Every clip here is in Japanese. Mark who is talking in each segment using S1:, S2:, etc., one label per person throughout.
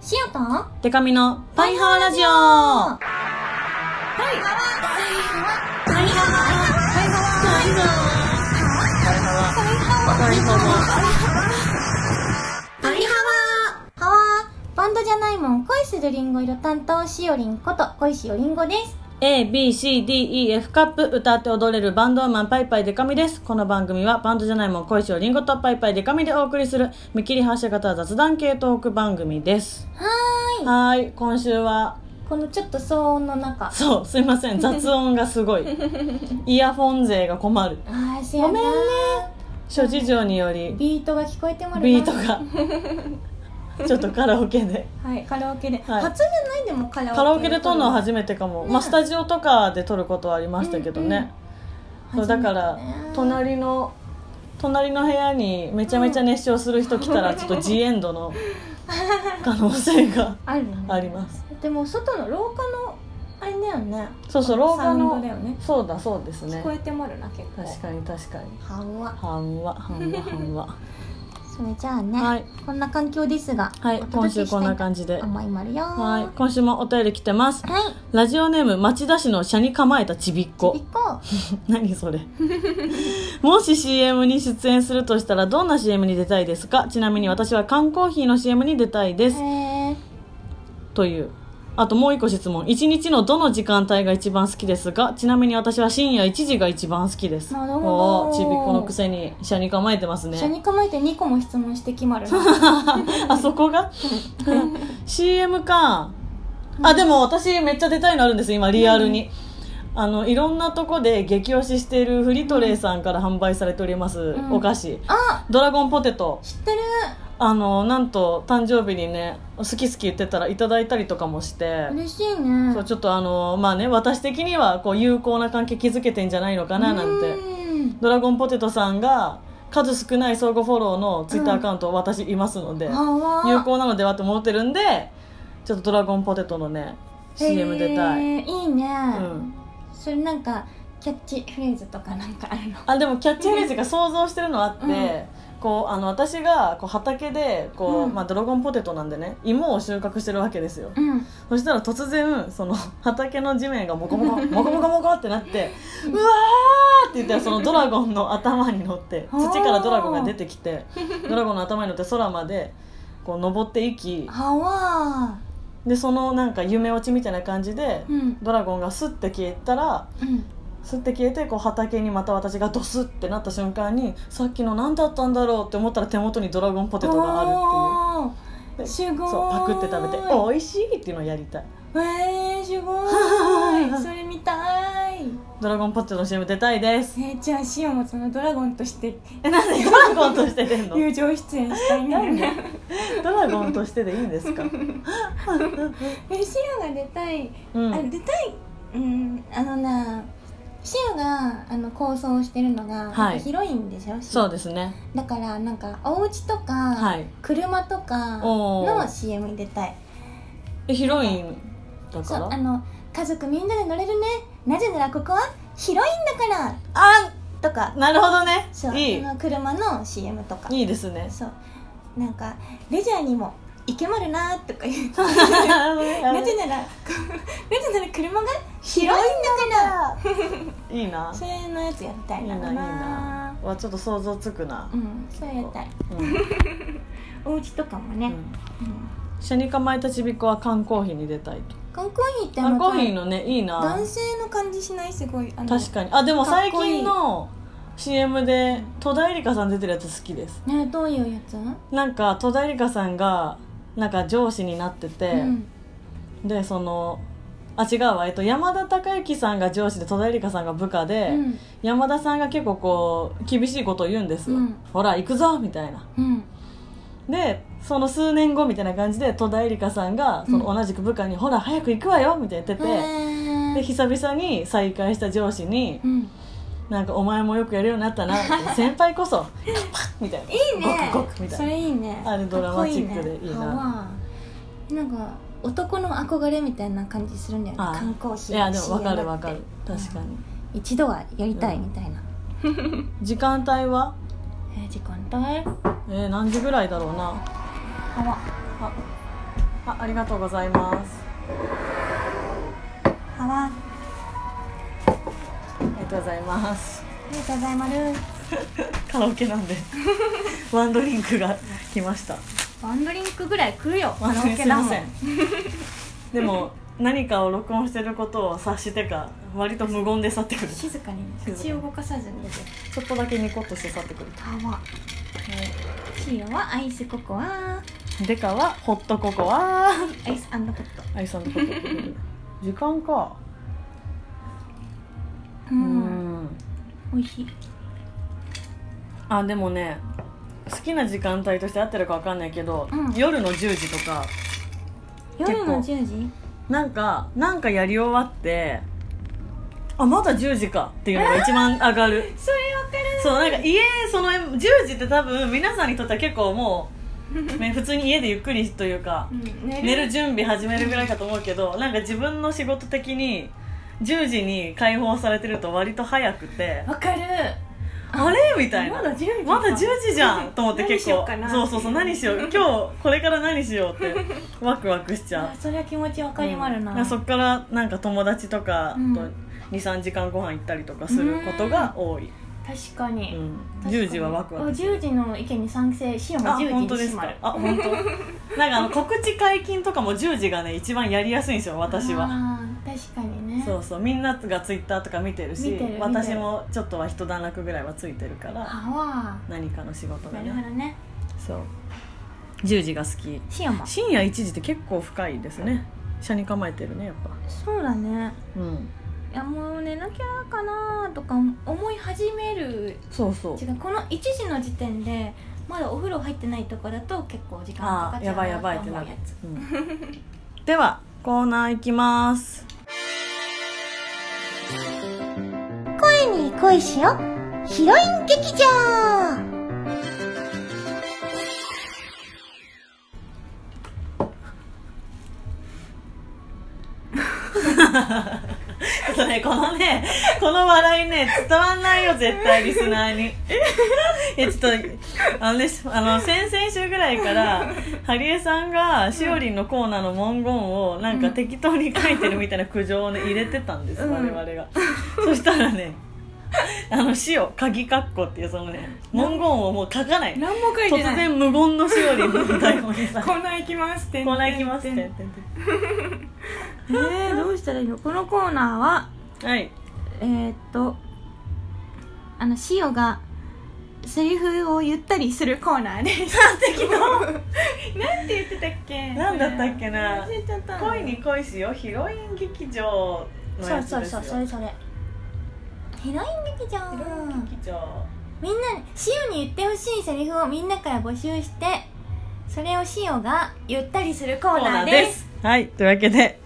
S1: シアター
S2: デカミのパイハワラジオ
S1: パリハワハワーバンドじゃないもん恋するリンゴ色担当しおりんこと恋しおりんごです
S2: A, B, C, D, E, F カップ歌って踊れるバンドウーマンパイパイデカミです。この番組はバンドじゃないもん恋しおりんごとパイパイデカミでお送りする見切り発車型雑談系トーク番組です。
S1: はーい
S2: はーい、今週は、
S1: このちょっと騒音の中
S2: そう、すいま せん、雑音がすごい。イヤフォン勢が困る。
S1: あーせや
S2: ごめ
S1: なん
S2: ね諸事情により、
S1: ビートが聞こえてもらうな
S2: ビートが、ちょっとカラオケで。
S1: はいカラオケで、
S2: はい
S1: 初じゃないでもカラオケ
S2: カラオケで撮るのは
S1: は
S2: 初めてかも、
S1: ね
S2: まあスタジオとかで撮ることはありましたけどね、
S1: うんうん
S2: そうだから
S1: 初めてね
S2: 隣の隣の部屋にめちゃめちゃ熱唱する人来たらちょっとジエンド の可能性が
S1: あるね
S2: あります
S1: でも外の廊下のあれだよね
S2: そうそう廊下
S1: サウ
S2: の
S1: ンドだよね
S2: そうだそうですね
S1: 聞こえてもらうな結構
S2: 確かに確かに
S1: はわ
S2: はんわは んわはんわ
S1: それじゃあね、
S2: はい
S1: こんな環境ですが、
S2: はい
S1: お
S2: 今
S1: 届け
S2: 週
S1: した
S2: こんな感じで
S1: 甘い丸よー
S2: はい今週もお便り来てます
S1: はい
S2: ラジオネーム町田市の車に構えたちびっこ
S1: ちびっこ
S2: 何それもし CM に出演するとしたらどんな CM に出たいですかちなみに私は缶コーヒーの CM に出たいです、
S1: えー、
S2: というあともう一個質問一日のどの時間帯が一番好きですかちなみに私は深夜1時が一番好きです
S1: なるほど
S2: おーちびっこのくせに車に構えてます
S1: 車
S2: ね
S1: に構えて2個も質問して決まるな
S2: あそ こが CM かあでも私めっちゃ出たいのあるんです今リアルに、あのいろんなとこで激推ししているフリトレイさんから販売されております、
S1: ん
S2: お菓子
S1: あ
S2: ドラゴンポテト
S1: 知ってる
S2: あのなんと誕生日にね好き好き言ってたらいただいたりとかもして、
S1: 嬉しいね
S2: そうちょっとあのまあね私的にはこう有効な関係築けてんじゃないのかななんて
S1: うん
S2: ドラゴンポテトさんが数少ない相互フォローのツイッターアカウント私いますので、
S1: はわ
S2: 有効なのではって思ってるんでちょっとドラゴンポテトのね CM 出た
S1: へ
S2: い、
S1: ーいいね、
S2: うん、
S1: それなんかキャッチフレーズとかなんかあるの
S2: あでもキャッチフレーズが想像してるのあって、
S1: うん
S2: こうあの私がこう畑でこ
S1: う
S2: う、
S1: ん
S2: まあ、ドラゴンポテトなんでね芋を収穫してるわけですよ、
S1: うん
S2: そしたら突然その 畑の地面がモ コモコモコモコモコってなってうわーって言ったらそのドラゴンの頭に乗って土からドラゴンが出てきてドラゴンの頭に乗って空までこう登っていき
S1: はわ
S2: でそのなんか夢落ちみたいな感じで、
S1: うん
S2: ドラゴンがスッて消えたら
S1: うん
S2: スッて消えてこう畑にまた私がドスッてなった瞬間にさっきの何だったんだろうって思ったら手元にドラゴンポテトがあるっていうです
S1: ごい
S2: そうパクって食べて美味しいっていうのをやりたい
S1: っていうえー、すごいそれ見たい
S2: ドラゴンポテトの CM 出たいです
S1: えー、じゃあシオンもそのドラゴンとして
S2: えなんでドラゴンとして出んの
S1: 友情出演したい
S2: なん
S1: ね
S2: でドラゴンとしてでいいんです か
S1: えシオンが出たい、
S2: うん
S1: あ出たいうんあのなシオンがあの構想してるのが、な
S2: はい
S1: んか広いんでしょ
S2: そう
S1: で
S2: ですね
S1: だからなんかお家とか、
S2: はい
S1: 車とか
S2: おー
S1: の CM に出たい
S2: えヒロインだ
S1: そ
S2: か
S1: うあ
S2: ら
S1: の家族みんなで乗れるねなぜならここは広いんだから
S2: あ
S1: とか
S2: なるほどね
S1: そう
S2: いい
S1: あの車の CM とか
S2: いいですね
S1: そうなんかレジャーにも行けまるなーとか言う な
S2: な
S1: ぜなら こうなぜなら車が広いんだから
S2: いいな
S1: それのやつやりた
S2: い
S1: い
S2: い
S1: な
S2: ないいなわちょっと想像つ くな
S1: うんそれやりたい
S2: うん
S1: お家とかもね、うん
S2: シャニカマイタチビコは缶コーヒーに出たいと
S1: 缶コーヒーってあ
S2: 缶
S1: の
S2: コーヒーのねいいな
S1: 男性の感じしないすごいあの
S2: 確かにあでも最
S1: かっこい
S2: 近
S1: い
S2: の CM で戸田恵梨香さん出てるやつ好きです
S1: ねどういうやつ、
S2: なんか戸田恵梨香さんがなんか上司になってて、
S1: うん
S2: でそのあ違うわ、えっと、山田孝之さんが上司で戸田恵梨香さんが部下で、
S1: うん
S2: 山田さんが結構こう厳しいことを言うんですよ、
S1: うん
S2: ほら行くぞみたいな
S1: うん
S2: でその数年後みたいな感じで戸田恵梨香さんがその同じく部下に、ほら早く行くわよみたいな言ってて、
S1: へー
S2: で久々に再会した上司に
S1: うん
S2: 「なんかお前もよくやるようになったな」先輩こそ「パッパッ」みたいな「い
S1: いいね
S2: ゴクゴク」みた
S1: そ
S2: いな
S1: れいいね
S2: あれドラマチックで
S1: かっこ
S2: いいな
S1: あーなんか男の憧れみたいな感じするんだよね
S2: あー
S1: 缶コーヒ
S2: い
S1: ー
S2: やでも分か
S1: CM
S2: る分かる確かに
S1: 一度はやりたいみたいな、
S2: 時間帯は
S1: えー時間帯
S2: えー、何時ぐらいだろうな
S1: はわ
S2: ああありがとうございます
S1: ハワーあ
S2: ありがとうございます
S1: りがとうございます
S2: カラオケなん でワンドリンクが来ました
S1: ワンドリンクぐらい来るよカ
S2: ワン
S1: ラ
S2: ド
S1: オ
S2: リンク
S1: ケ だ
S2: すいま
S1: もん
S2: せんでも何かを録音してることを察してか割と無言で去ってくるち
S1: 静かに
S2: 静かに
S1: 口を動かさずに
S2: ょっとだけニコッとして去ってくる
S1: ハワシオはアイスココア
S2: デカはホットココア
S1: アイスホット
S2: アイさんのホットココア時間か
S1: う
S2: うんん
S1: 美味しい
S2: あでもね好きな時間帯として合ってるかわかんないけど、
S1: うん
S2: 夜の10時とか構
S1: 夜の10時
S2: なんかなんかやり終わってあまだ10時かっていうのが一番上がる
S1: それわかる
S2: そうなんか家その10時って多分皆さんにとっては結構もう、ね、普通に家でゆっくりというか寝る準備始めるぐらいかと思うけどなんか自分の仕事的に10時に解放されてると割と早くて
S1: わかる
S2: あれみたいな
S1: まだ10時
S2: まだ10時じゃんと思って結
S1: 何しよう
S2: 構
S1: かな
S2: そうそうそう何しよう今日これから何しよ うってワクワクしちゃう
S1: あそれは気持ちわかりまるな、
S2: うんそっからなんか友達とか
S1: うん
S2: と23時間ご飯行ったりとかすることが多い、
S1: 確か
S2: う
S1: に、
S2: ん10時はワクワク
S1: する10時の意見に賛成しようも
S2: あ
S1: 10時
S2: 本当
S1: に
S2: です
S1: 閉ま
S2: か
S1: る
S2: あ本当なんかあの告知解禁とかも10時がね一番やりやすいんですよ私は
S1: あー確かにね
S2: そうそうみんながツイッターとか見てるし
S1: 見てる見てる
S2: 私もちょっとは一段落ぐらいはついてるから
S1: あ
S2: 何かの仕事
S1: わ
S2: が
S1: なるほ
S2: ね
S1: どね
S2: そう10時が好き
S1: しようも
S2: 深夜1時って結構深いですね車に構えてるねやっぱ
S1: そうだね
S2: うん
S1: いやもう寝なきゃかなとか思い始める
S2: そうそう
S1: 違うこの1時の時点でまだお風呂入ってないとかだと結構時間かか
S2: あ
S1: っ
S2: ー
S1: ちゃ
S2: や
S1: うな
S2: ばいやばいって
S1: と
S2: な
S1: 思
S2: る
S1: うやつ、
S2: うんではコーナー行きます
S1: 声に恋しよヒロイン劇場
S2: ちょっとね、このね、この笑いね、伝わんないよ、絶対、リスナーに。いや、ちょっと、あのね、あの、先々週ぐらいから、ハリエさんが、しおりんのコーナーの文言を、なんか適当に書いてるみたいな苦情をね、入れてたんです、
S1: うん
S2: 我々が。そしたらね、あの、しお、鍵括弧っていう、そのね、文言をもう書かない。
S1: 何も書い
S2: 突
S1: てない
S2: 然、無言のしおりんの台本にさ、
S1: コーナー行きますって
S2: コーナー行きますって
S1: え。ー、どうしたらいいのこのコーナーは
S2: はい。
S1: えー、っとあのシオがセリフを言ったりするコーナー です適当なんて言ってたっけ
S2: なんだったっけな
S1: 忘れちゃったの
S2: 恋に恋しよヒロイン劇場の
S1: そう
S2: やつ
S1: そう
S2: です
S1: そ
S2: よ
S1: うそれそれヒロイン劇場
S2: ヒロイン劇場
S1: みんなシオに言ってほしいセリフをみんなから募集してそれをシオが言ったりするコーナーです
S2: はいというわけで、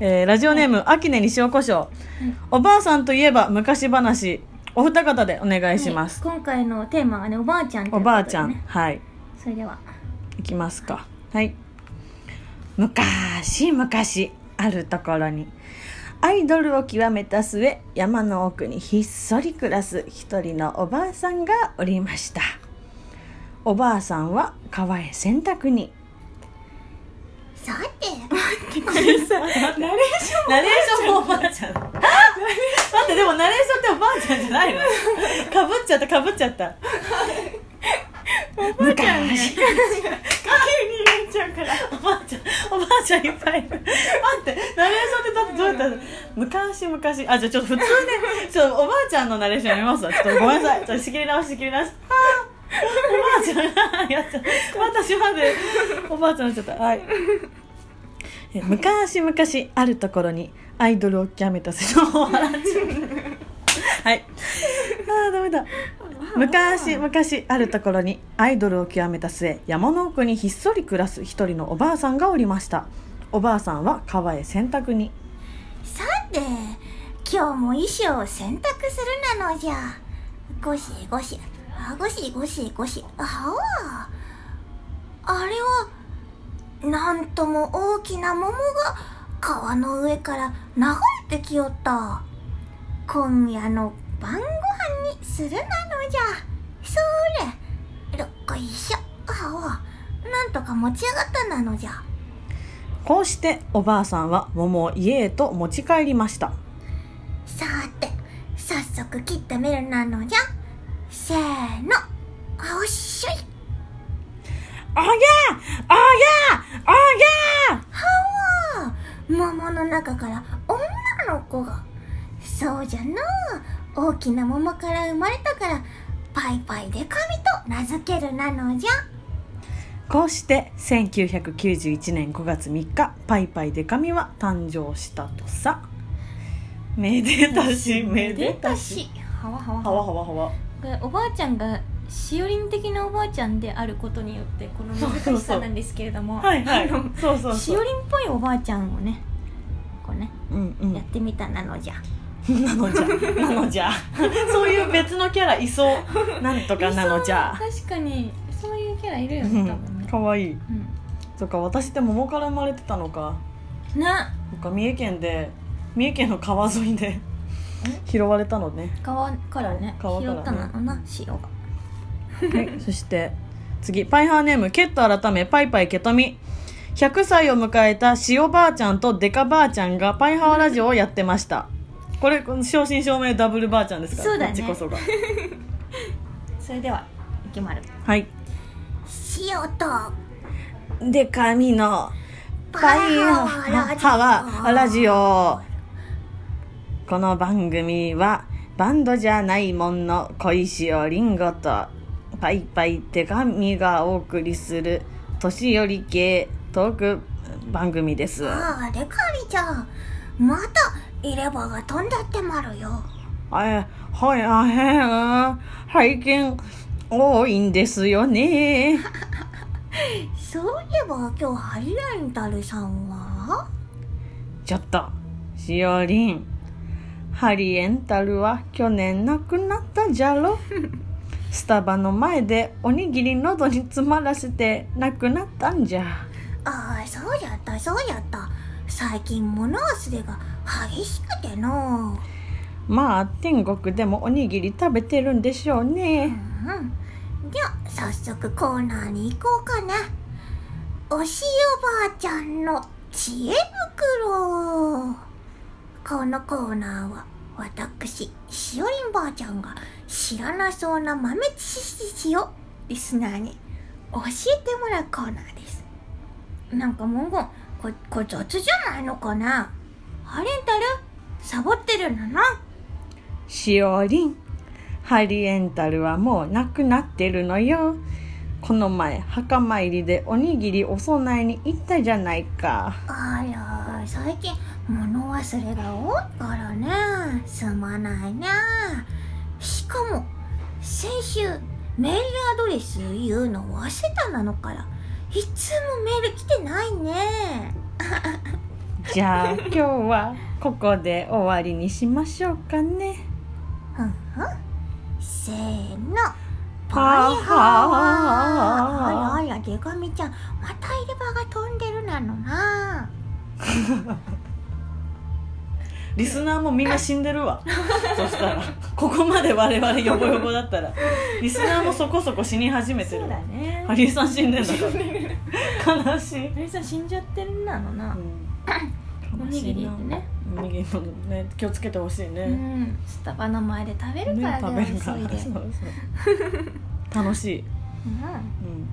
S2: えーラジオネーム、秋根に塩コショウ
S1: うん
S2: おばあさんといえば昔話お二方でお願いします、
S1: はい今回のテーマがねおばあちゃんということで
S2: お
S1: ね
S2: ばあちゃん、はい
S1: それではい
S2: きますかはい昔昔あるところにアイドルを極めた末山の奥にひっそり暮らす一人のおばあさんがおりましたおばあさんは川へ洗濯に
S1: さて
S2: これさナレーションナレーションもおばあちゃん待ってでもナレーションっておばあちゃんじゃないのかぶっちゃったかぶっちゃったおばあちゃん昔
S1: になっちゃうから
S2: おばあちゃん、おばあちゃんいっぱいいる。待って、ナレーションってだってどうやったの昔昔、あ、じゃあちょっと普通ね、ちょっとおばあちゃんのナレーションやめますわ。ちょっとごめんなさい。ちょっと仕切り直し、仕切り直し。あーおばあちゃんがやっちゃう。私までおばあちゃんになっちゃった。はい。え昔昔あるところにアイドルを極めたそのおばあちゃん。はい。あーダメだ。昔昔あるところにアイドルを極めた末山の奥にひっそり暮らす一人のおばあさんがおりましたおばあさんは川へ洗濯に
S1: さて今日も衣装を洗濯するなのじゃゴシゴシあゴシゴシゴシあああれはなんとも大きな桃が川の上から流れてきよった今夜の晩ご飯にするなのじゃそれどっこいしょあおなんとか持ち上がったなのじゃ
S2: こうしておばあさんは桃を家へと持ち帰りました
S1: さーて早速切ったメルなのじゃせーのあおっしょい
S2: あぎゃーあぎゃーあぎゃー
S1: あー桃の中から女の子がそうじゃな大きな桃から生まれたからパイパイで神と名付けるなのじゃ
S2: こうして1991年5月3日パイパイデカミは誕生したとさめでた しめでたし
S3: はわはわ
S2: はわはわはわ
S3: これおばあちゃんがしおりん的なおばあちゃんであることによってこの難しさなんですけれども
S2: はいはい
S3: あの
S2: そうそ う
S3: し
S2: そ
S3: お
S2: う
S3: りんっぽいおばあちゃんをねこうね
S2: うんう
S1: やってみたなのじゃ
S2: んなのじゃなのじゃ そういう別のキャラいそうなんとかなのじゃ
S3: 確かにそういうキャラいるよ
S2: う
S3: ね多分
S2: ん
S3: ね
S2: かわいい
S3: うん
S2: そっか私って桃から生まれてたのか
S3: な
S2: そっか三重県で三重県の川沿いで拾われたのね
S3: 川からね
S2: 川からね
S3: 拾ったなのな塩が
S2: はい、そして次パイハーネームケット改めパイパイケトミ100歳を迎えた塩ばあちゃんとデカばあちゃんがパイハーラジオをやってましたこれこの正真正銘ダブルばあちゃんですから
S3: そうだね
S2: こっちこそが
S3: それでは池丸
S2: はい
S1: 塩と
S2: デカミの
S1: パイハワラジ
S2: オこの番組はバンドじゃないもんの小石をりんごとパイパイ手紙がお送りする年寄り系トーク番組です
S1: ああでかみちゃんまた入れ歯が飛んだってまるよ
S2: あはいあへん拝見多いんですよね
S1: そういえば今日ハリエンタルさんは
S2: ちょっとしおりんハリエンタルは去年亡くなったじゃろスタバの前でおにぎり喉に詰まらせて亡くなったんじゃ
S1: ああそうやったそうやった最近物忘れが激しくての
S2: まあ天国でもおにぎり食べてるんでしょう
S1: う
S2: ね
S1: んじゃあ早速コーナーに行こうかねおしおばあちゃんの知恵袋このコーナーは私しおりんばあちゃんが知らなそうな豆知識をリスナーに教えてもらうコーナーですなんか文言ここれ雑じゃないのかなハレンタルサボってるのな
S2: しおりんハリエンタルはもう亡くなってるのよこの前墓参りでおにぎりお供えに行ったじゃないか
S1: あら最近物忘れが多いからねすまないねしかも先週メールアドレス言うの忘れたなのからいつもメール来てないね
S2: じゃあ今日はここで終わりにしましょうかね。
S1: ふんふんせーのパ
S2: パイ
S1: イ
S2: ハ
S1: ハー
S2: ワ
S1: あらあらデカミちゃんまた入れ歯が飛んでるなのな
S2: リスナーもみんな死んで るわ。そしたらここまで我々ヨボヨボだったらリスナーもそこそこ死に始めてる
S3: そう。だね
S2: ハリーさん死んでんだから悲しい。
S3: ハリさん死んじゃってるなのなお
S2: 悲
S3: に
S2: し
S3: ぎ
S2: い
S3: り
S2: な
S3: ってね
S2: おにぎりのね気をつけてほしいうね。
S3: んスタバの前で食べるか
S2: ね
S3: ら
S2: 食
S3: だ
S2: べ
S3: よ
S2: るか
S3: 急い
S2: ら。
S3: で
S2: そうそう楽しい。うん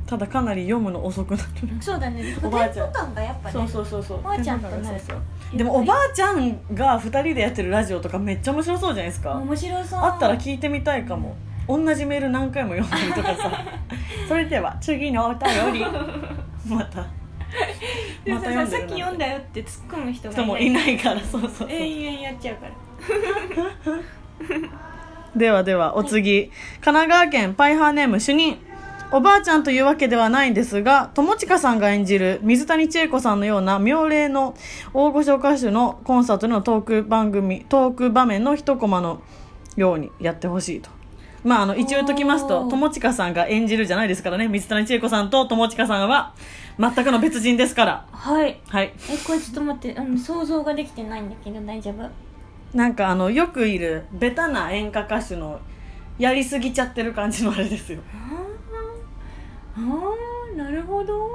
S2: ただかなり読むの遅くなる。
S3: うんそうだね
S2: お
S3: ポ
S2: ばあ
S3: テ
S2: ちゃん
S3: ト感がやっぱ
S2: そう
S3: ね
S2: そうそうそう。
S3: おばあちゃんとなる
S2: そうそうでもおばあちゃんが2人でやってるラジオとかめっちゃ面白そうじゃないですか
S3: 面白そう
S2: あったら聞いてみたいかも同じメール何回も読んだりとか さそれでは次のお便りまた
S3: でもさ
S2: ま
S3: さ
S2: た読んでるなんて
S3: っき読んだよって突っ込む人が
S2: 人も
S3: い
S2: い
S3: ない
S2: ないからそうそうそう、
S3: 永遠やっちゃうから
S2: ではではお次、神奈川県パイハーネーム主任おばあちゃんというわけではないんですが友近さんが演じる水谷千恵子さんのような妙齢の大御所歌手のコンサートでのトーク番組トーク場面の一コマのようにやってほしいと。まあ、あの一応言っときますと
S3: おー
S2: 友近さんが演じるじゃないですからね水谷千恵子さんと友近さんは全くの別人ですから
S3: はい
S2: はい
S3: えこれちょっと待って、うん、想像ができてないんだけど大丈夫
S2: なんかあのよくいるベタな演歌歌手のやりすぎちゃってる感じのあれですよ
S3: あーあーなるほど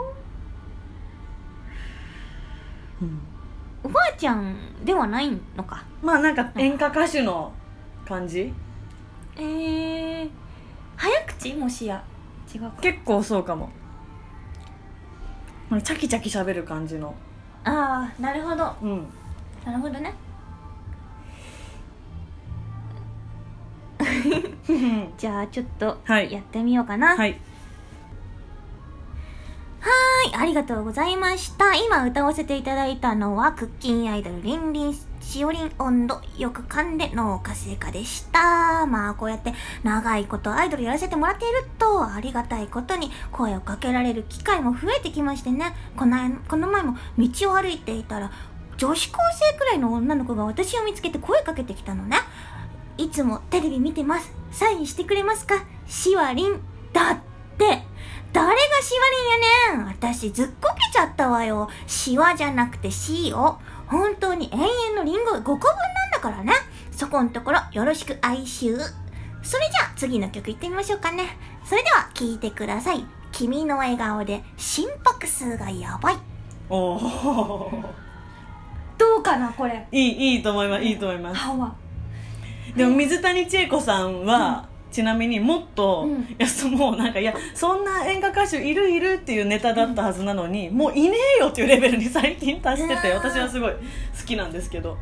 S2: うん
S1: おばあちゃんではないのか
S2: まあなんか演歌歌手の感じ
S3: えー、早口もしや違うか
S2: 結構そうかもなんかチャキチャキ喋る感じの
S1: ああなるほど
S2: うん
S1: なるほ どねじゃあちょっと
S2: はい
S1: やってみようかな、
S2: はい
S1: はい、ありがとうございました。今歌わせていただいたのは、クッキンアイドル、リンリン、しおりん温度、よく噛んで脳活性化でした。まあ、こうやって長いことアイドルやらせてもらっていると、ありがたいことに声をかけられる機会も増えてきましてね、この間この前も道を歩いていたら、女子高生くらいの女の子が私を見つけて声かけてきたのね。いつもテレビ見てます。サインしてくれますかしわりん。だって。誰がしわりんやねん私ずっこけちゃったわよ。しわじゃなくてしを。本当に永遠のりんご5個分なんだからね。そこんところよろしく哀愁。それじゃあ次の曲いってみましょうかね。それでは聴いてください。君の笑顔で心拍数がやばい。
S2: おお
S3: どうかなこれ
S2: いいいいと思いますいいと思います
S3: 歯は
S2: でも水谷千恵子さんは、ちなみにもっと、
S3: うん
S2: いやそもうなんかいやそんな演歌歌手いるいるっていうネタだったはずなのに、もういねえよっていうレベルに最近達してて
S3: うわー
S2: 私はすごい好きなんですけど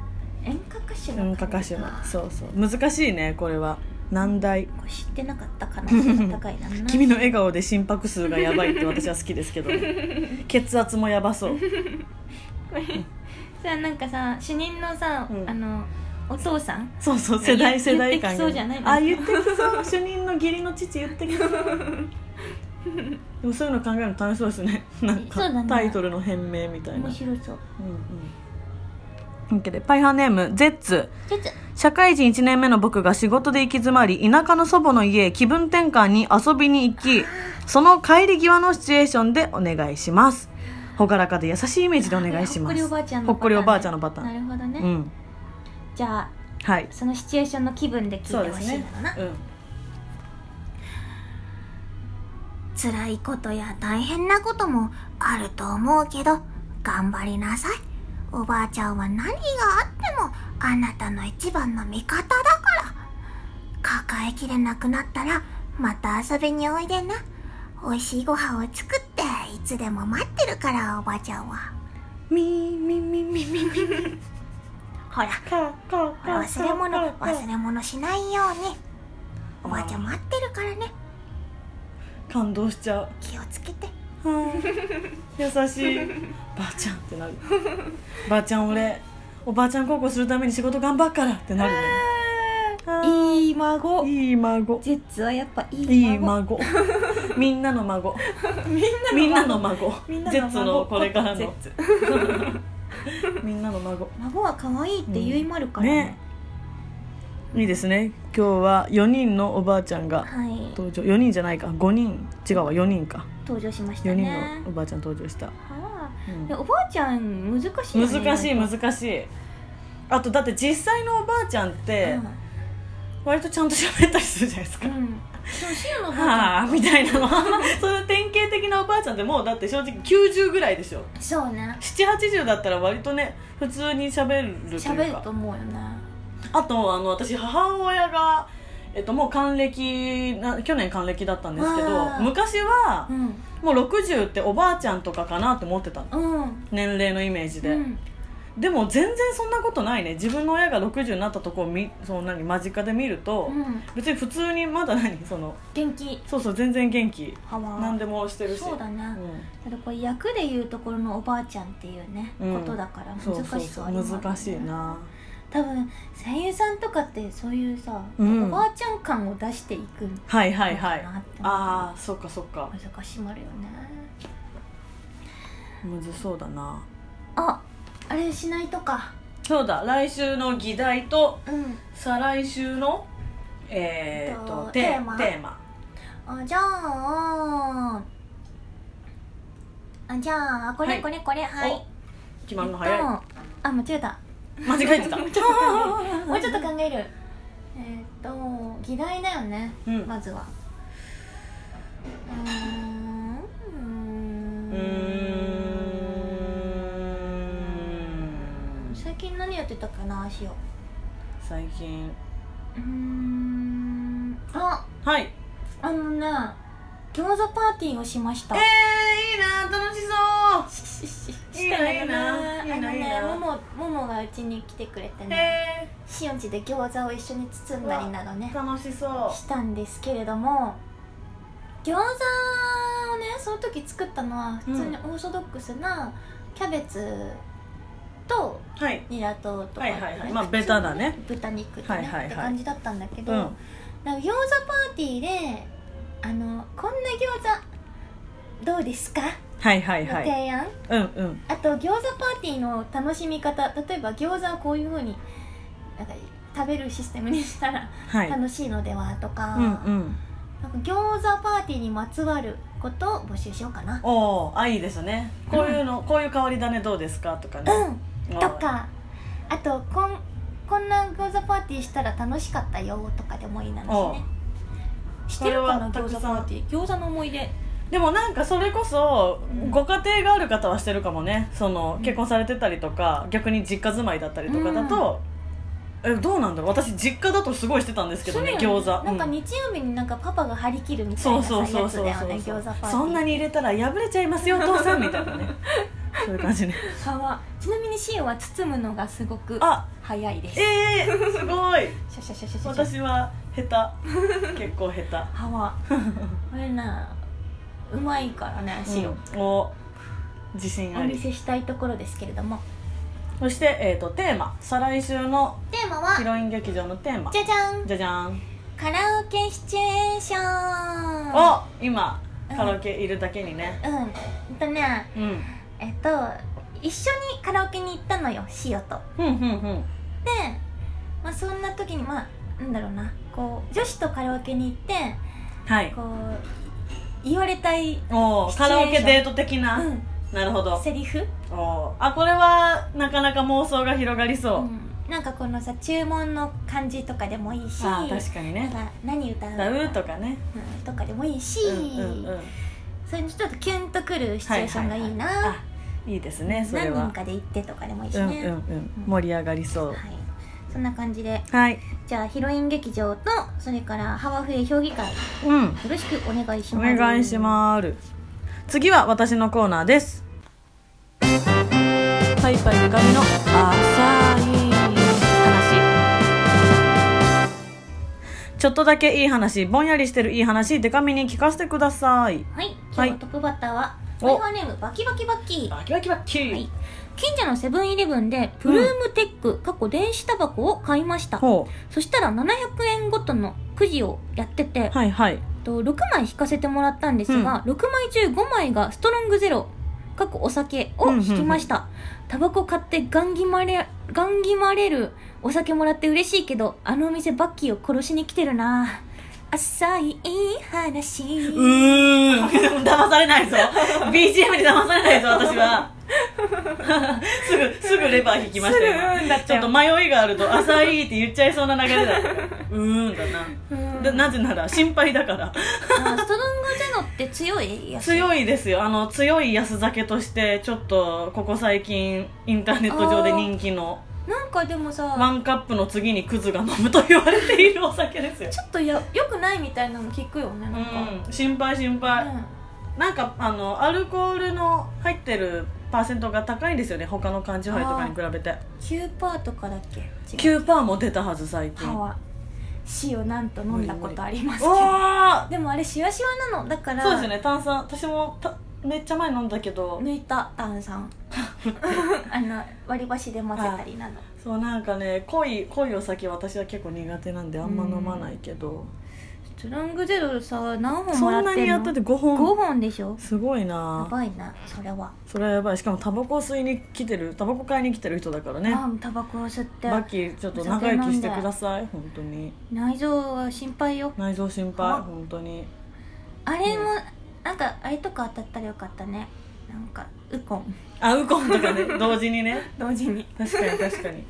S3: 演歌歌手
S2: 演歌歌手のそうそう難しいねこれは難題
S1: これ知ってなかった可能性が高いな。
S2: 君の笑顔で心拍数がやばいって私は好きですけど ね血圧もやばそう
S3: これ さなんかさ主任のさ、
S2: うん
S3: あのお父さん
S2: そうそう世代世代
S3: 言って
S2: 間が
S3: きそうじゃない
S2: あ言ってきそう主任の義理の父言ってきそうでもそういうの考えるの楽しそうで すねなん
S3: そうだ
S2: か
S3: ね
S2: タイトルの変名みたいな
S1: 面白そう。
S2: うんうん OK でパイハーネームゼッツ
S1: ちょっと、
S2: 社会人1年目の僕が仕事で行き詰まり田舎の祖母の家へ気分転換に遊びに行きその帰り際のシチュエーションでお願いします朗らかで優しいイメージでお願いし
S3: ほ
S2: ます
S3: っこりおばあちゃんの
S2: ほっこりおばあちゃんのパターン
S3: なるほどね、
S2: うん
S3: じゃあ
S2: はい
S3: そのシチュエーションの気分で聞いてほしいのかな、
S2: うん
S1: 辛いことや大変なこともあると思うけど、頑張りなさい。おばあちゃんは何があってもあなたの一番の味方だから。抱えきれなくなったら、また遊びにおいでな。美味しいご飯を作って、いつでも待ってるから、おばあちゃんは。
S2: みーみーみーみーみー
S1: ほら、
S2: かか
S1: ほら忘れ物、忘れ物しないように。おばあちゃん待ってるからね。
S2: 感動しちゃう
S1: 気をつけて。
S2: 優しいばあちゃんってなるばあちゃん俺おばあちゃん高校するために仕事頑張っからってなるねあ
S3: いい孫
S2: ーいい孫
S3: 絶はやっぱい
S2: いい
S3: い孫
S2: 孫みんなの孫み
S3: み
S2: ん
S3: ん
S2: な
S3: な
S2: の
S3: の
S2: 孫
S3: みんなの孫
S2: ジェッツのこれから
S3: ジェ
S2: の みんなの孫
S3: 孫は可愛いって言いまるからね,、
S2: ねいいですね今日は4人のおばあちゃんが
S1: はい、
S2: 登場4人じゃないか5人違うわ4人か
S1: 登場しました
S2: 4人
S1: ね
S2: の。おばあちゃん登場した、
S1: は
S2: う
S1: あ
S2: ん
S1: でおばあちゃん難しいよね
S2: 難しい
S1: 意外と
S2: 難しいあとだって実際のおばあちゃんって割とちゃんと喋ったりするじゃないですか、
S1: うん、うん、そうシロのおばあ
S2: はあみたいなの その典型的なおばあちゃんってもうだって正直90ぐらいでしょ
S1: ちゃんそうね
S2: 780だったら割とね普通に喋るとい
S1: 喋
S2: う
S1: ると
S2: か
S1: 思うよね
S2: あとあの私母親が、えっと、もう還暦な去年還暦だったんですけど
S1: わあ
S2: 昔は
S1: うん
S2: もう60っておばあちゃんとかかなって思ってたの
S1: うん
S2: 年齢のイメージで、
S1: うん
S2: でも全然そんなことないね自分の親が60になったとこをみその何間近で見る
S1: う
S2: と、
S1: ん
S2: 別に普通にまだ何その
S1: 元気
S2: そうそう全然元気
S1: はわ
S2: 何でもしてるし
S1: そうだね、
S2: うん
S1: ただこれ役で言うところのおばあちゃんっていうね、
S2: うん
S1: ことだから
S2: そう
S1: 難
S2: そう
S1: し
S2: そ
S1: さ
S2: う
S1: はありますね
S2: 難しいな
S1: 多分声優さんとかってそういうさ、
S2: うん
S1: おばあちゃん感を出していくの
S2: はいはいは
S1: か
S2: い
S1: なって思う
S2: ああそっかそっか
S1: 難しいもあるよね
S2: むずそうだな
S1: ああれしないとか
S2: そうだ来週の議題と
S1: うん
S2: 再来週のえー、
S1: え
S2: っ
S1: っと
S2: と
S1: テーマ
S2: テーマ
S1: あじゃああじゃあこ
S2: は
S1: れ
S2: い
S1: これこれはい、
S2: お決まるの早い、
S1: えっとあ間違えた
S2: 間違えて た
S1: もうちょっと考えるえっと議題だよね、
S2: うん
S1: まずはうーん
S2: うーん
S4: 近何やってたかなしお
S2: 最近
S4: うーんあ
S2: はいえ
S4: あのね餃子パーティーをしま した
S2: ー、いいな楽しそう
S1: ししし
S2: いい
S1: し
S2: な
S1: た
S2: いい
S1: よ
S2: な
S1: なあ
S2: いいな
S1: のね
S2: いいな
S1: ももももがうちに来てくれてね
S2: え
S4: しおんちで餃子を一緒に包んだりなどね
S2: ー、楽しそ
S4: したんですけれども
S1: 餃子をねその時作ったのは普通にオーソドックスなキャベツと
S2: うはい
S1: ニラととか、
S2: はいはいはいまあベタだね
S1: 豚肉とね、
S2: はいはいはい
S1: って感じだったんだけど、
S2: うん
S1: なんか餃子パーティーであのこんな餃子どうですか
S2: はいはい
S1: の
S2: はい
S1: 提案、
S2: うんうん
S1: あと餃子パーティーの楽しみ方例えば餃子をこういうふうになんか食べるシステムにしたら
S2: はい
S1: 楽しいのではとか,、
S2: うんうん
S1: なんか餃子パーティーにまつわることを募集しようかな
S2: おーあいいですねこういうの、こういう香りだねどうですかとかね
S1: う
S2: と
S1: んとかあとこんこんな餃子パーティーしたら楽しかったよとかでもいいなんです
S2: お
S1: ねし
S2: そ
S1: て
S2: れ
S1: る
S2: は
S1: かな
S2: た
S1: 餃
S2: く
S1: 子
S2: さん
S1: パーティー餃子の思い出
S2: でもなんかそれこそ
S1: うん
S2: ご家庭がある方はしてるかもねその
S1: うん
S2: 結婚されてたりとか逆に実家住まいだったりとかだと、えどうなんだろう私実家だとすごいしてたんですけどね
S1: そうよ
S2: 餃子
S1: なんか
S2: うん
S1: 日曜日になんかパパが張り切るみたい
S2: そう
S1: なさ
S2: そう
S1: やつだ
S2: そ
S1: よ
S2: うそうそう
S1: ね餃子パーティー
S2: そんなに入れたら破れちゃいますよお父さんみたいな ねそういう感じね
S1: 皮ちなみにシオは包むのがすごく
S2: あ
S1: 早いです
S2: ええー、すごい
S1: シャシャシャシャシャシャ
S2: 私は下手結構下
S1: 歯 はこれなうまいからね
S2: 手
S1: 塩、
S2: うんお自信
S1: お
S2: あ
S1: 見
S2: り
S1: せしたいところですけれども
S2: そして、えー、とテーマ再来週の
S1: テーマ
S2: ヒ
S1: は
S2: ロイン劇場のテーマ
S1: じゃじゃん
S2: じゃじゃーん
S1: カラオケシチュエーション
S2: お今
S1: うん
S2: カラオケいるだけにね
S1: うんえっとね
S2: うん
S1: えっと一緒にカラオケに行ったのよシオと
S2: ふんふんふん
S1: で、まあ、そんな時にまあなんだろうなこう女子とカラオケに行って
S2: はい
S1: こう言われたい、
S2: おー
S1: シチ
S2: カ
S1: ュエーション
S2: ラオケデート的な、
S1: う
S2: なるほ
S1: ん、
S2: ど
S1: セリフ
S2: おーあこれはなかなか妄想が広がりそう、
S1: うんなんかこのさ注文の感じとかでもいいし
S2: あー確かにね
S1: なんか何歌う
S2: 歌うとかね
S1: うんとかでもいいし、
S2: うんうんうん
S1: それにちょっとキュンとくるシチュエーションがいいな、
S2: はははあいいですねそれ
S1: 何
S2: は
S1: 人かで行ってとかでもいいし
S2: うんうん
S1: ね、
S2: うん盛り上がりそう
S1: はい、そんな感じで
S2: はい
S1: じゃあヒロイン劇場とそれからハワフエ評議会よ
S2: うん
S1: ろしくお願いし
S2: お
S1: ます
S2: 願いします次は私のコーナーですパイパイで髪の浅い話ちょっとだけいい話ぼんやりしてるいい話デカミに聞かせてください
S1: はい今
S2: はい
S1: 日のトップバッターは
S2: お
S1: ハイハーネームバキバキバキ
S2: バキバキバキ、
S1: はい近所のセブンイレブンでプルームテック、過去電子タバコを買いました
S2: ほ
S1: そしたら700円ごとのくじをやってて、
S2: うはいはい
S1: と6枚引かせてもらったんですが、6枚中5枚がストロングゼロ過去お酒を引きました、タバコ買ってガンギマレガンギマれるお酒もらって嬉しいけどあのお店バッキーを殺しに来てるな浅いいい話
S2: うーん騙されない ぞ BGM に騙されないぞ私は すぐすぐレバー引きましたよ
S1: すぐうーんだったよ
S2: ちょっと迷いがあると「浅い」って言っちゃいそうな流れだったからうーんだな
S1: うん
S2: でなぜなら心配だから
S1: あストロングゼロって強いやつ
S2: 強いですよあの強い安酒としてちょっとここ最近インターネット上で人気の
S1: なんかでも
S2: ワ
S1: さ
S2: ンカップの次にクズが飲むと言われているお酒ですよ
S1: ちょっとやよくないみたいなの聞くよねなんか、
S2: うん心配心配、
S1: うん
S2: なんかあのアルコールの入ってるパーセントが高いんですよね他の缶酎杯とかに比べて
S1: 9%とかだっけ違う
S2: 9%も出たはず最近
S1: 歯は塩なんと飲んだことありますけど
S2: お
S1: でもあれシワシワなのだか
S2: お
S1: ら
S2: そうですよね炭酸私もためっちゃ前飲んだけど、
S1: 抜いた炭 酸あの割り箸で混ぜたりなど
S2: そうなんかね濃い濃いお酒私は結構苦手なんであんま飲まないけど、
S1: ストロングゼロさ何本も
S2: そ
S1: ら
S2: ん
S1: ってんの
S2: なにやってて5
S1: 5
S2: 本
S1: 本でしょ
S2: すごい
S1: や
S2: な
S1: ばいなそれは、
S2: それはやばいしかもタバコ吸いに来てるタバコ買いに来てる人だからね
S1: あタバコを吸って
S2: バッキーちょっと長生きしてください本当に
S1: 内臓は心配よ
S2: 内臓心配
S1: あ
S2: 本当に
S1: あれもなんかあれとか当たったらよかったねなんかウコン
S2: あウコンとかね同時にね
S1: 同時に
S2: 確かに確かに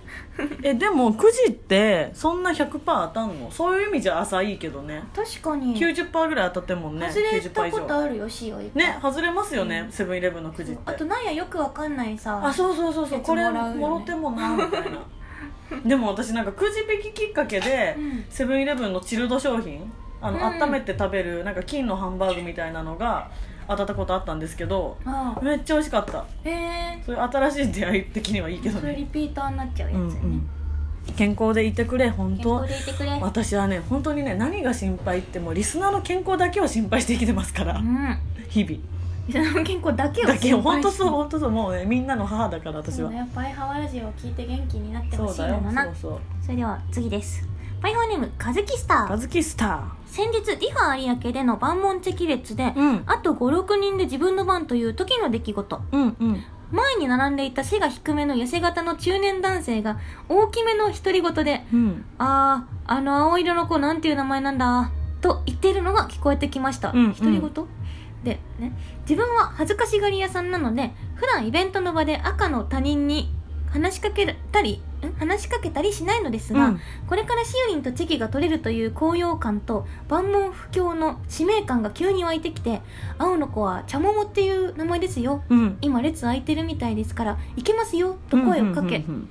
S2: えでもくじってそんな100%当たんのそういう意味じゃ浅いけどね
S1: 確かに
S2: 90%ぐらい当たってんもんね
S1: 外れたこ
S2: 90%
S1: と
S2: 以上
S1: あるよしおいっぱい
S2: ね外れますよねセブンイレブンのくじって
S1: あとなんやよくわかんないさ
S2: あそうそうそうそう
S1: やつ
S2: これ
S1: もらうよね
S2: もろてもなみたいなでも私なんかくじ引ききっかけで
S1: うん
S2: セブンイレブンのチルド商品あの、
S1: うん
S2: 温めて食べるなんか金のハンバーグみたいなのが当たったことあったんですけど
S1: あ
S2: めっちゃ美味しかった
S1: へえ
S2: そういう新しい出会い的にはいいけど
S1: それリ
S2: ね、
S1: ピーターになっちゃうやつ
S2: う
S1: よ
S2: んう
S1: ね、
S2: ん、健康でいてくれ本
S1: 健
S2: 当
S1: 康でいてくれ
S2: 私はね本当にね何が心配ってもうリスナーの健康だけを心配して生きてますから
S1: うん
S2: 日々
S1: 人の健康だけを
S2: だけ
S1: 心
S2: 本
S1: 配
S2: 当
S1: して
S2: そう本当そうもうねみんなの母だから私
S1: そう
S2: は
S1: ねパイハワラジオを聞いて元気になってほ
S2: そ
S1: しい
S2: う
S1: の
S2: だよ
S1: だな
S2: そうそう
S1: それでは次ですパイハワネームカズキスタ
S2: カ
S1: ー
S2: ズキスタ
S1: 先日リハ有明での万問席列で、
S2: ーうん
S1: あと56人で自分の番という時の出来事
S2: うんうん
S1: 前に並んでいた背が低めの痩せ型の中年男性が大きめの独り言で
S2: うん
S1: 「あーあの青色の子なんていう名前なんだ」と言っているのが聞こえてきました
S2: うんうん
S1: 独り言でね自分は恥ずかしがり屋さんなので普段イベントの場で赤の他人に話しかけたりん話しかけたりしないのですが、
S2: うん
S1: これからしおりんとチェキが取れるという高揚感と万問不況の使命感が急に湧いてきて青の子は茶桃っていう名前ですよ
S2: うん
S1: 今列空いてるみたいですから行けますよと声をかけ、
S2: うん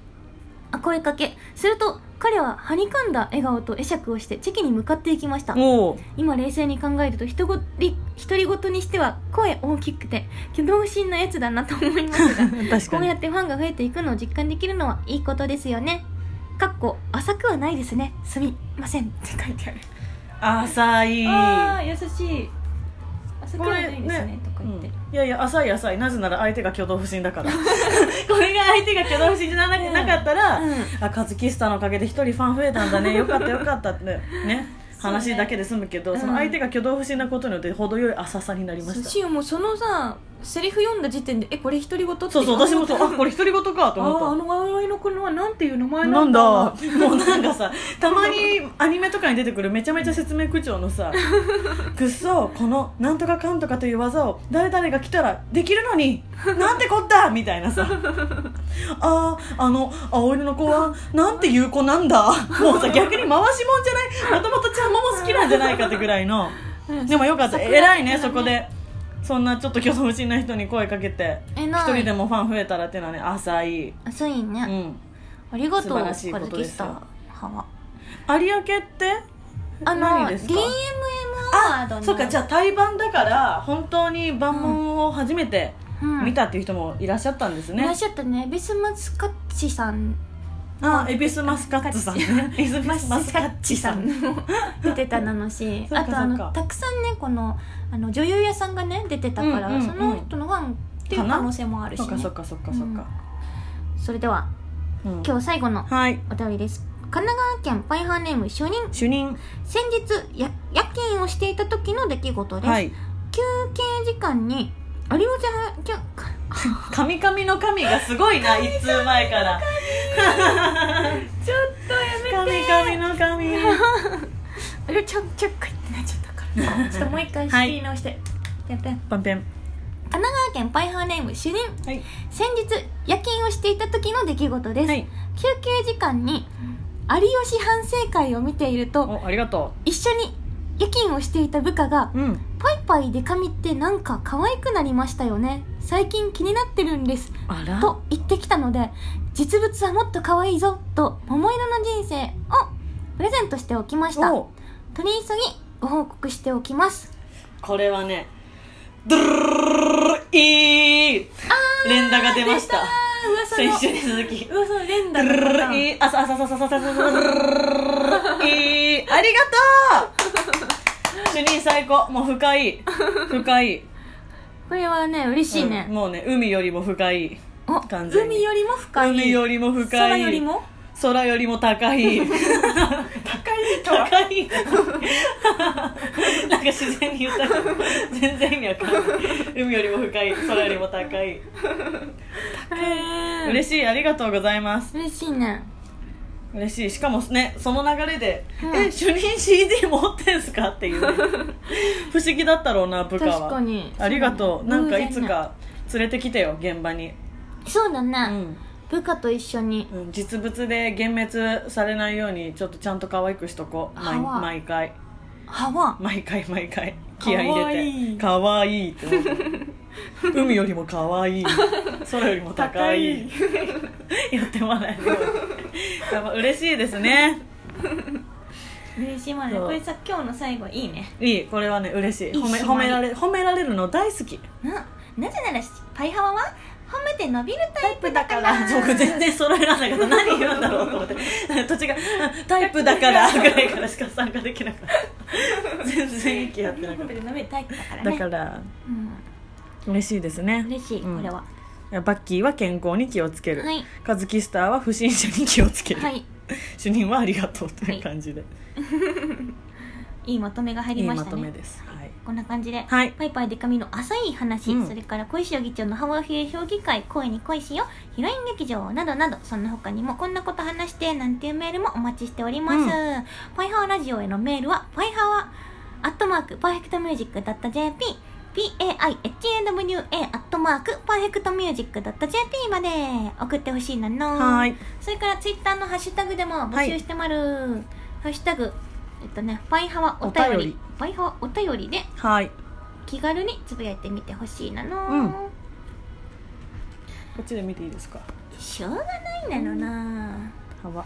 S1: あ声かけすると彼ははにかんだ笑顔と会釈をしてチェキに向かっていきました
S2: うんうんおお
S1: 今冷静に考えるとひとごり独り言にしては声大きくて挙動不審なやつだなと思いますが
S2: 確
S1: こ
S2: か
S1: う
S2: に
S1: やってファンが増えていくのを実感できるのはいいことですよねかっこ浅くはないですねすみませんって書いてある
S2: 浅い
S1: あー優しい浅く
S2: こ
S1: は
S2: れ
S1: ないですね
S2: ね
S1: とか
S2: う
S1: 言って、
S2: んいやいや浅い浅いなぜなら相手が挙動不審だからこれが相手が挙動不審じゃなく
S1: うん
S2: なかったら、
S1: うん
S2: あカズキスタのおかげで一人ファン増えたんだねよかったよかったってね話だけで済むけど、
S1: うん
S2: その相手が挙動不審なことによって程よい浅さになりました
S1: しおもそのさセリフ読んだ時点でえこれ独り言って
S2: そうそう私もそうあこれ独り言かと
S1: あああ
S2: 思っ
S1: の笑いの子のはなんていう名
S2: た
S1: 前
S2: な
S1: なん
S2: ん
S1: だ
S2: だもうなんかさたまにアニメとかに出てくるめちゃめちゃ説明口調のさ「くっそこのなんとかかんとかという技を誰々が来たらできるのになんてこった!」みたいなさ「あああの青色の子はなんていう子なんだ」もうさ逆に回しもんじゃないもともとちゃんもも好きなんじゃないかってぐらいの
S1: うん
S2: でもよかった
S1: 桜
S2: 偉いね
S1: 桜
S2: そこでそんなちょっと虚無心な人に声かけて
S1: え
S2: 一
S1: な
S2: 人でもファン増えたらっていうのはね浅い、
S1: そういね、
S2: うん、
S1: ありがとう
S2: 素晴らしいことですよ
S1: カズキスタは
S2: 有明って
S1: あの
S2: 何ですか
S1: DMM アワードの
S2: そうかじゃあ対バンだから本当に万問を初めて
S1: うん
S2: 見たっていう人もいらっしゃったんですね、
S1: いらっしゃったねビスマスカッチさん
S2: あエビスマスカッツさんねエビスマスカッチさん
S1: も出てたなのし
S2: そう
S1: あ
S2: か
S1: とあ
S2: そう
S1: の
S2: か
S1: たくさんねこのあの女優屋さんがね出てたから、
S2: うんうんうん
S1: その人のファンっていう可能性もあるし、
S2: そ
S1: ね
S2: っ、かそっかそっかそっか、
S1: それでは
S2: うん
S1: 今日最後の
S2: はい
S1: お便りです神奈川県パイハーネーム主任
S2: 主任
S1: 先日や夜勤をしていた時の出来事です、
S2: はい
S1: 休憩時間に有吉ち ゃん
S2: 神々の神がすごいな一通前から
S1: ちょっとやめて
S2: 神々の神
S1: あれちょちょっかいってなっちゃった からちょっともう一回仕切り直して、やって神
S2: パンペン
S1: 奈川県パイハーネーム主任
S2: はい
S1: 先日夜勤をしていた時の出来事です、
S2: はい
S1: 休憩時間に有吉反省会を見ていると
S2: おありがと
S1: 一緒に夜勤をしていた部下が
S2: ううん
S1: 「パイパイデカミってなんか可愛くなりましたよね最近気になってるんです」
S2: あら
S1: と言ってきたので実物はもっと可愛いぞと桃色の人生をプレゼントしておきました
S2: お
S1: 取り急ぎご報告しておきます
S2: これはねドゥルルルルいい連打が出ました
S1: 噂
S2: 先週に続き
S1: 噂の連
S2: ドゥ
S1: 打
S2: ルルルル
S1: い
S2: いいあさあさあさあさあさあさあさあドゥルルルルいいありがとう主任最高もう深い深い
S1: これはね嬉しい
S2: うん
S1: ね、
S2: もうね海よりも深い
S1: お
S2: 完全に
S1: 海よりも深い
S2: 海よりも深い
S1: 空よりも
S2: 空よりも高 い
S1: は
S2: 高い なんか自然に言ったけど全然意味わかんない海よりも深い空よりも高い
S1: へー
S2: 嬉しいありがとうございます
S1: 嬉しいね
S2: 嬉しいしかもねその流れで「
S1: うん
S2: え主任 CD 持ってんすか?」 っていうね不思議だったろうな部下は
S1: 確かに
S2: ありがとう
S1: そ
S2: な
S1: うね
S2: んかいつか連れてきてよ現場に、
S5: そうだ
S2: う
S5: ね、
S2: ん
S5: 部下と一緒に
S2: うん実物で幻滅されないようにちょっとちゃんと可愛くしとこう毎
S5: かわい
S2: 毎回
S5: 歯は
S2: 毎回毎回気合い入れて可愛いいって思 う海よりも可愛いい空よりも高い やってもらえるようにやっぱ嬉しいですね
S1: 嬉しいまで
S2: そう
S1: これさ今日の最後いいね
S2: いいこれはね嬉し
S1: いい
S2: い褒め
S1: 締
S2: 褒
S1: ま
S2: め
S1: り
S2: られ褒められるの大好き
S1: ななぜならパイハワは褒めて伸びるタイプだから
S2: 僕全然揃えらんなかった何言うんだろうと思 って土地が「タイプだから」ぐらいからしか参加できなかった全然息やってなかっ
S1: 褒めて伸びるタイプだから
S2: ただ
S1: ね
S2: から
S1: うん
S2: 嬉しいですね
S1: 嬉しいこ
S2: うん
S1: れは、
S2: バッキーは健康に気をつける、
S1: はい
S2: カズキスターは不審者に気をつける、
S1: はい
S2: 主任はありがとうという感じで、
S1: いいまとめが入
S2: い、い
S1: りまし
S2: ま
S1: た
S2: とめ
S1: ね
S2: ですはい、
S1: こんな感じで
S2: はい、
S1: パイパイデカミの浅い話、
S2: うん
S1: それから小石尾議長のハワフィエ評議会声に恋しよヒロイン劇場などなどそんな他にもこんなこと話してなんていうメールもお待ちしております、
S2: うん
S1: パイハワラジオへのメールはパイハワアットマークパーフェクトミュージック .jp p-a-i-h-a-w-a アットマークパーフェクトミュージック .jp まで送ってほしいなの
S2: はい
S1: それからツイッターのハッシュタグでも募集してまる、ハッシュタグえっとねパイハワお便り
S2: お便り
S1: パイハワお便りで
S2: はい
S1: 気軽につぶやいてみてほしいなの、
S2: うんこっちで見ていいですか
S1: しょうがないなのな、
S2: 幅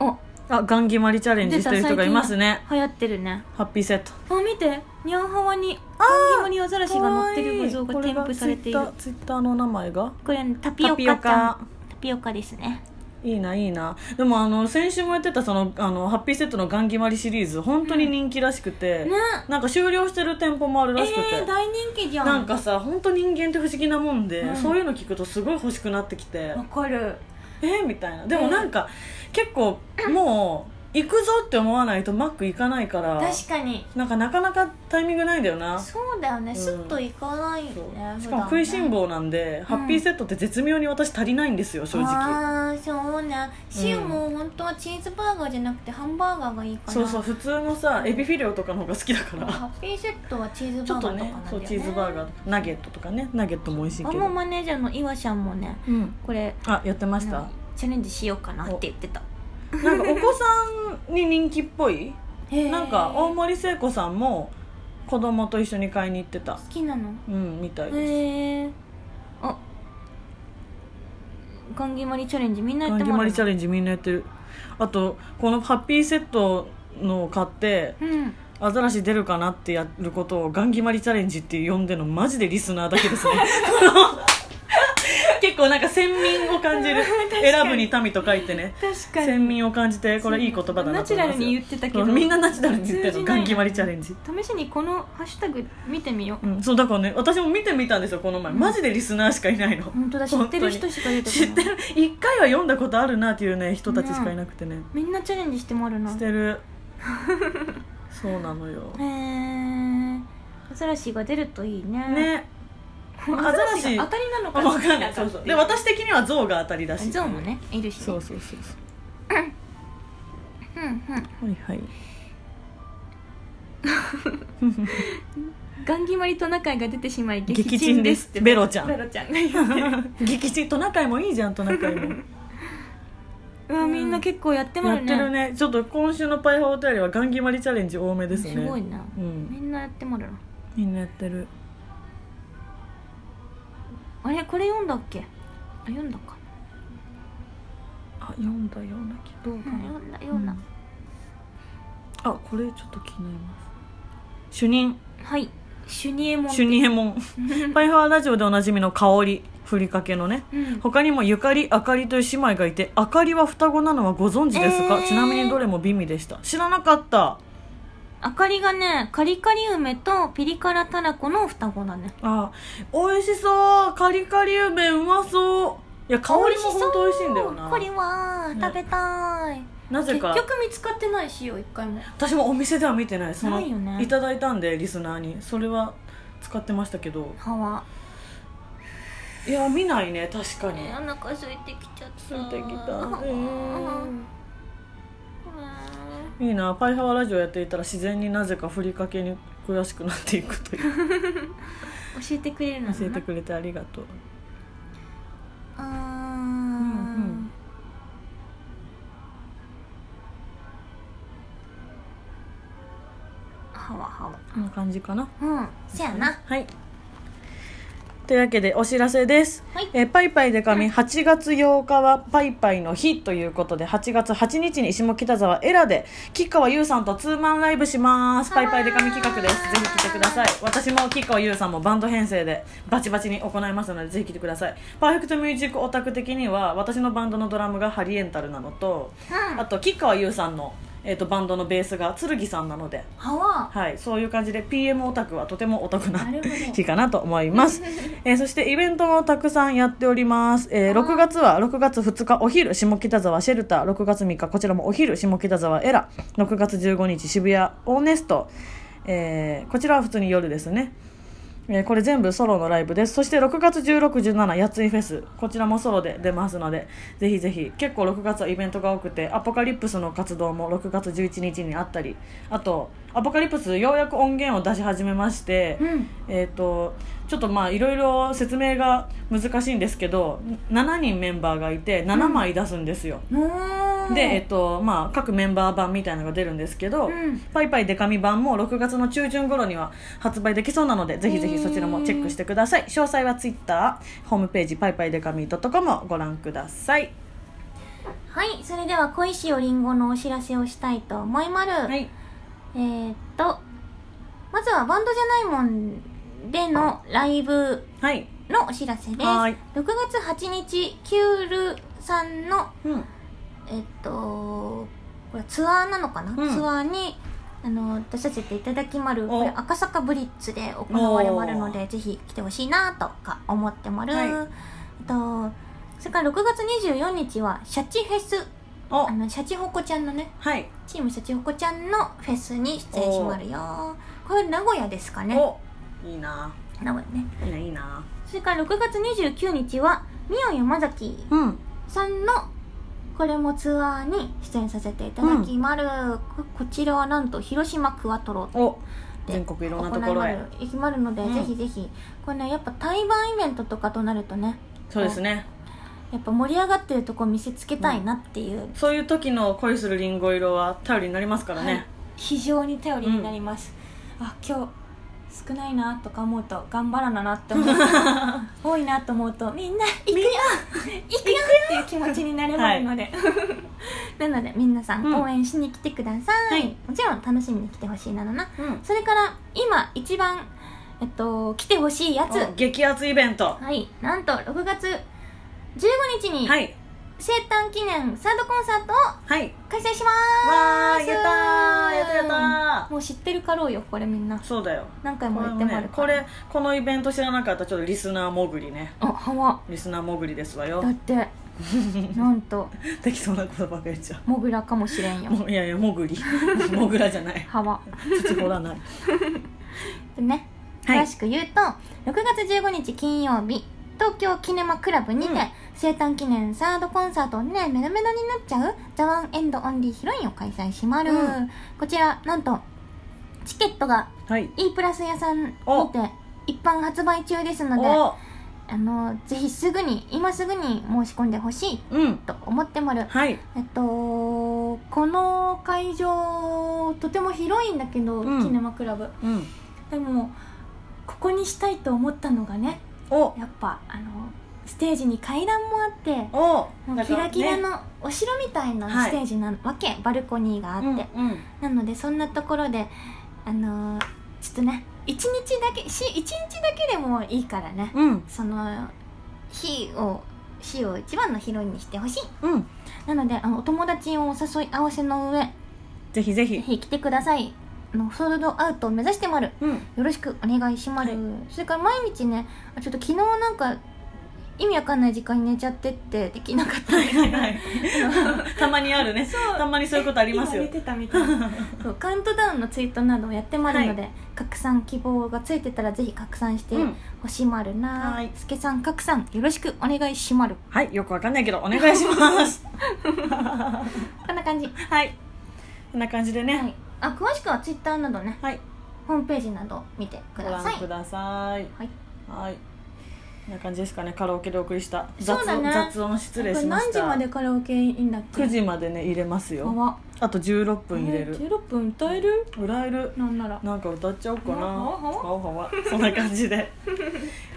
S1: お
S2: あガンギマリチャレンジしてる人がいますね
S1: 流行ってるね
S2: ハッピーセット
S1: あ見てニャンハワにあンギマにアザラシが乗ってる画像が添付されている
S2: これがツイッターツイッターの名前が
S1: これタピオカちゃんタピオカですね
S2: いいないいなでもあの先週もやってたそのあのハッピーセットのガンギマリシリーズ本当に人気らしくて、
S1: ね
S2: なんか終了してる店舗もある
S1: え
S2: らしくて、
S1: ー、大人気じゃん
S2: なんかさ本当人間って不思議なもんで、
S1: うん
S2: そういうの聞くとすごい欲しくなってきて、
S1: わかる
S2: えーみたいなでもなんか、結構もう行くぞって思わないとマック行かないから
S1: 確かに
S2: なんかなかなかタイミングないんだよな
S1: そうだよねスッといかないよね、普段ね
S2: しかも食いしん坊なんで、ハッピーセットって絶妙に私足りないんですよ正直
S1: ああそうね塩も本当はチーズバーガーじゃなくてハンバーガーがいいかな、
S2: そうそう普通のさエビフィレオとかの方が好きだから
S1: ハッピーセットはチーズ
S2: ちょ
S1: バーガーとかな
S2: っと
S1: んだ
S2: ね
S1: よね
S2: そうチーズバーガーとかナゲットとかねナゲットも美味しい
S1: あ
S2: け
S1: もう
S2: ど
S1: マネージャーのイワシャンもね
S2: うん
S1: これ
S2: あやってました
S1: 何チャレンジしようかなって言ってた
S2: なんかお子さんに人気っぽい
S1: へー
S2: なんか大森聖子さんも子供と一緒に買いに行ってた
S1: 好きなの
S2: うんみたいです
S1: へえあガンギマリチャレンジみんなや
S2: ガ
S1: っ
S2: ン
S1: て
S2: ギ
S1: も
S2: マ
S1: らう
S2: リチャレンジみんなやってるあとこのハッピーセットのを買って
S1: うん
S2: アザラシ出るかなってやることをガンギマリチャレンジって呼んでるのマジでリスナーだけ ですねこの結構なんか先民を感じ る選ぶに民と書いてね
S1: 確
S2: 先民を感じてこれいい言葉だなと思い
S1: ナ
S2: ます
S1: チュ
S2: よ
S1: ラルに言ってたけど
S2: そうみんなナチュラルに言ってる
S1: 通
S2: の
S1: じな
S2: ガ
S1: い
S2: ンギマリチャレンジ
S1: 試しにこのハッシュタグ見てみよう
S2: うん、そうだからね私も見てみたんですよこの前マジでリスナーしかいないの、
S1: 本当だ知ってる人しか出てこ
S2: 知
S1: ない
S2: ってる一回は読んだことあるなっていうね人たちしかいなくてね
S1: みんなチャレンジしてもらうな
S2: し
S1: へ
S2: てるそうなのよ
S1: えアザラシが出るといいね
S2: ね
S1: アザラシが当たりなのか
S2: わかんないそうそうで私的には象が当たりだし
S1: ゾウもねいるしね
S2: そうそうそうそ
S1: うんうん
S2: うはいはい
S1: ガンギマリトナカイが出てしまい
S2: 激鎮ですってベロちゃ
S1: ベ
S2: ん
S1: ロちゃんが言ってる
S2: 激鎮トナカイもいいじゃんトナカイも
S1: うわみんな結構やっても
S2: や
S1: ら
S2: っ
S1: う
S2: てるねちょっと今週のパイハーお便りはガンギマリチャレンジ多めですね
S1: すごいな
S2: うん
S1: みんなやってもらう
S2: みんなやってる
S1: あれこれ読んだっけあ読んだか
S2: あ読んだような気ど
S1: な
S2: う
S1: うん読んだ読んだ
S2: あこれちょっと気になります主任
S1: はいシュニエモン
S2: 主任 エモンパイハワラジオでおなじみの香りふりかけのね
S1: うん
S2: 他にもゆかりあかりという姉妹がいてあかりは双子なのはご存知ですか、
S1: えー
S2: ちなみにどれも美味でした知らなかった
S1: あかりがねカリカリ梅とピリ辛たらこの双子だね
S2: あ美味しそうカリカリ梅うまそういや香りも本当美味しいんだよな
S1: これは
S2: ね
S1: 食べたい
S2: なぜ
S1: 結
S2: か
S1: 局見つかってないしよ一回も
S2: 私もお店では見てないその
S1: ないよね
S2: いただいたんでリスナーにそれは使ってましたけど
S1: 歯はい
S2: や見ないね確かに
S1: えーお腹空いてきちゃった
S2: ついてきた
S1: うん
S2: うんいいなパイハワラジオやっていたら自然になぜかふりかけに悔しくなっていくという
S3: 教えてくれるのかな
S2: 教えてくれてありがとう
S1: うー
S2: うんうん
S1: んはわはわ
S2: こんな感じかな
S1: うんせやな
S2: はいというわけでお知らせです、
S1: はい
S2: えーパイパイでかみ8月8日はパイパイの日ということで8月8日に下北沢エラで吉川優さんとツーマンライブしますパイパイでかみ企画ですぜひ来てください私も吉川優さんもバンド編成でバチバチに行いますのでぜひ来てくださいパーフェクトミュージックオタク的には私のバンドのドラムがハリエンタルなのと
S1: うん
S2: あと吉川優さんの、えー、とバンドのベースが剣さんなので
S1: はわ
S2: はい、そういう感じで PM オタクはとてもお得な
S1: なるほど
S2: 日かなと思います、えーそしてイベントもたくさんやっております、えー6月は6月2日お昼下北沢シェルター6月3日こちらもお昼下北沢エラ6月15日渋谷オーネスト、えーこちらは普通に夜ですねえーこれ全部ソロのライブですそして6月1617やついフェスこちらもソロで出ますのでぜひぜひ結構6月はイベントが多くてアポカリプスの活動も6月11日にあったりあとアポカリプスようやく音源を出し始めまして、
S3: うん
S2: えっ、とちょっとまあいろいろ説明が難しいんですけど7人メンバーがいて7枚出すんですよ、
S3: うーん
S2: で、えっとまあ、各メンバー版みたいなのが出るんですけど、
S3: うん
S2: パイパイデカミ版も6月の中旬頃には発売できそうなのでぜひぜひそちらもチェックしてください、詳細はツイッターホームページパイパイデカミ .com をご覧ください
S1: はいそれでは小石よりんごのお知らせをしたいと思いまる、
S2: はい
S1: えーっとまずはバンドじゃないもんでのライブ
S2: はい
S1: のお知らせです
S2: はー
S1: 6
S2: い
S1: 月8日キュールさんの
S2: うん
S1: えっとこれツアーなのかな、
S2: うん
S1: ツアーにあの出させていただきまる
S2: お
S1: これ赤坂ブリッツで行われまるのでぜひ来てほしいなとか思ってまる、
S2: はい
S1: えっとそれから6月24日はシャチフェス
S2: お
S1: あのシャチホコちゃんのね
S2: はい
S1: チームシャチホコちゃんのフェスに出演しまるよこれ名古屋ですかね
S2: おいいな
S1: 名古屋ね
S2: いいないいな
S1: それから6月29日はミオ山崎
S2: うん
S1: さんのこれもツアーに出演させていただきまる、ここちらはなんと広島クワトロ
S2: お全国いろんなところ
S1: 行いま
S2: へ
S1: る行きまるので、
S2: うん
S1: ぜひぜひこれねやっぱ対バンイベントとかとなるとね
S2: そうですね
S1: やっぱ盛り上がってるとこ見せつけたいなっていう、
S2: そういう時の恋するリンゴ色は頼りになりますからね、
S1: はい非常に頼りになります、あ今日少ないなとか思うと頑張らななって思うと 多いなと思うとみんな行くよ行くよっていう気持ちになればいいので、 なので皆さん
S2: うん
S1: 応援しに来てください、
S2: はい
S1: もちろん楽しみに来てほしいなのな
S2: うん
S1: それから今一番えっと来てほしいやつ
S2: お激アツイベント
S1: はいなんと6月15日に
S2: はい
S1: 生誕記念サードコンサートを
S2: はい
S1: 開催しま
S2: わ
S1: ー
S2: ー
S1: す
S2: やったーやったやった
S1: ーもう知ってるかろうよこれみんな
S2: ーそうだよ
S1: 何回
S2: こ
S1: も
S2: れ
S1: 言っ
S2: も
S1: てもら
S2: ね
S1: るか
S2: こ
S1: ら
S2: れこのイベント知らなかったらちょっとリスナー潜りね
S1: あは
S2: リスナー潜りですわよ
S1: だって なんと
S2: できそうなことばかり言っちゃ
S1: モグラかもしれんよ
S2: うもういやいや 潜りモグラじゃない
S1: はわ
S2: 土掘らない
S1: でね
S2: は
S1: 詳
S2: い
S1: しく言うと、6月15日金曜日東京キネマクラブにて、
S2: うん
S1: 生誕記念サードコンサートねメロメロになっちゃう「ザワンエンドオンリーヒロインを開催しまる、
S2: うん
S1: こちらなんとチケットが
S2: はい
S1: E プラス屋さんにて
S2: お
S1: 一般発売中ですので
S2: お
S1: あのぜひすぐに今すぐに申し込んでほしい
S2: うん
S1: と思ってまる
S2: はい
S1: えっとこの会場とても広いんだけど、
S2: うん
S1: キネマクラブ
S2: うん
S1: でもここにしたいと思ったのがね
S2: お
S1: やっぱあのステージに階段もあって
S2: お
S1: もうキラキラ
S2: なんか
S1: のお城みたいな
S2: は
S1: ス
S2: い
S1: テージなわけ、バルコニーがあって、
S2: ねうんうん
S1: なのでそんなところであのーちょっとね一日だけし一日だけでもいいからね
S2: うん
S1: その日を日を一番のヒロインにしてほしい
S2: うん
S1: なのであのお友達をお誘い合わせの上
S2: ぜひ
S1: ぜ
S2: ぜひ
S1: ひ来てくださいあのソールドアウトを目指してまる
S2: うん
S1: よろしくお願いしまる、
S2: はい
S1: それから毎日ねあちょっと昨日なんか意味わかんない時間に寝ちゃってってできなかったんです
S2: はいはいたまにあるねたまにそういうことありますよ
S1: 今寝てたみたいな そうカウントダウンのツイートなどをやってまるので、拡散希望がついてたらぜひ拡散して
S2: うん
S1: ほしまるな、
S2: はい
S1: すけさん拡散よろしくお願いしまる
S2: はいよくわかんないけどお願いします
S1: こんな感じ、
S2: はいこんな感じで
S1: は
S2: ね
S1: い、あ詳しくはツイッターなどね
S2: はい
S1: ホームページなど見てく
S2: ご
S1: ださ
S2: 覧
S1: い
S2: ください
S1: はい
S2: はいこんな感じですかねカラオケでお送りした雑
S3: そうだ
S2: 音,、
S3: ね
S2: 雑音失礼
S3: こ
S2: し
S3: れ
S2: ま
S3: 何
S2: した
S3: 時までカラオケいいんだっけ
S2: 9時までね入れますよ
S3: わ
S2: あと16分入れ
S3: え
S2: る
S3: ー16分歌える
S2: 歌える
S3: なんなら
S2: なんか歌っちゃおうかな
S3: はわはわ
S2: はわはわそんな感じで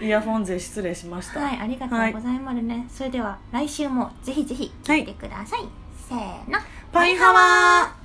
S2: イヤフォン勢失礼しました、
S1: はい、ありがとうございますね。それでは来週もぜひぜひ聞いてください。せーの、
S2: パイハワー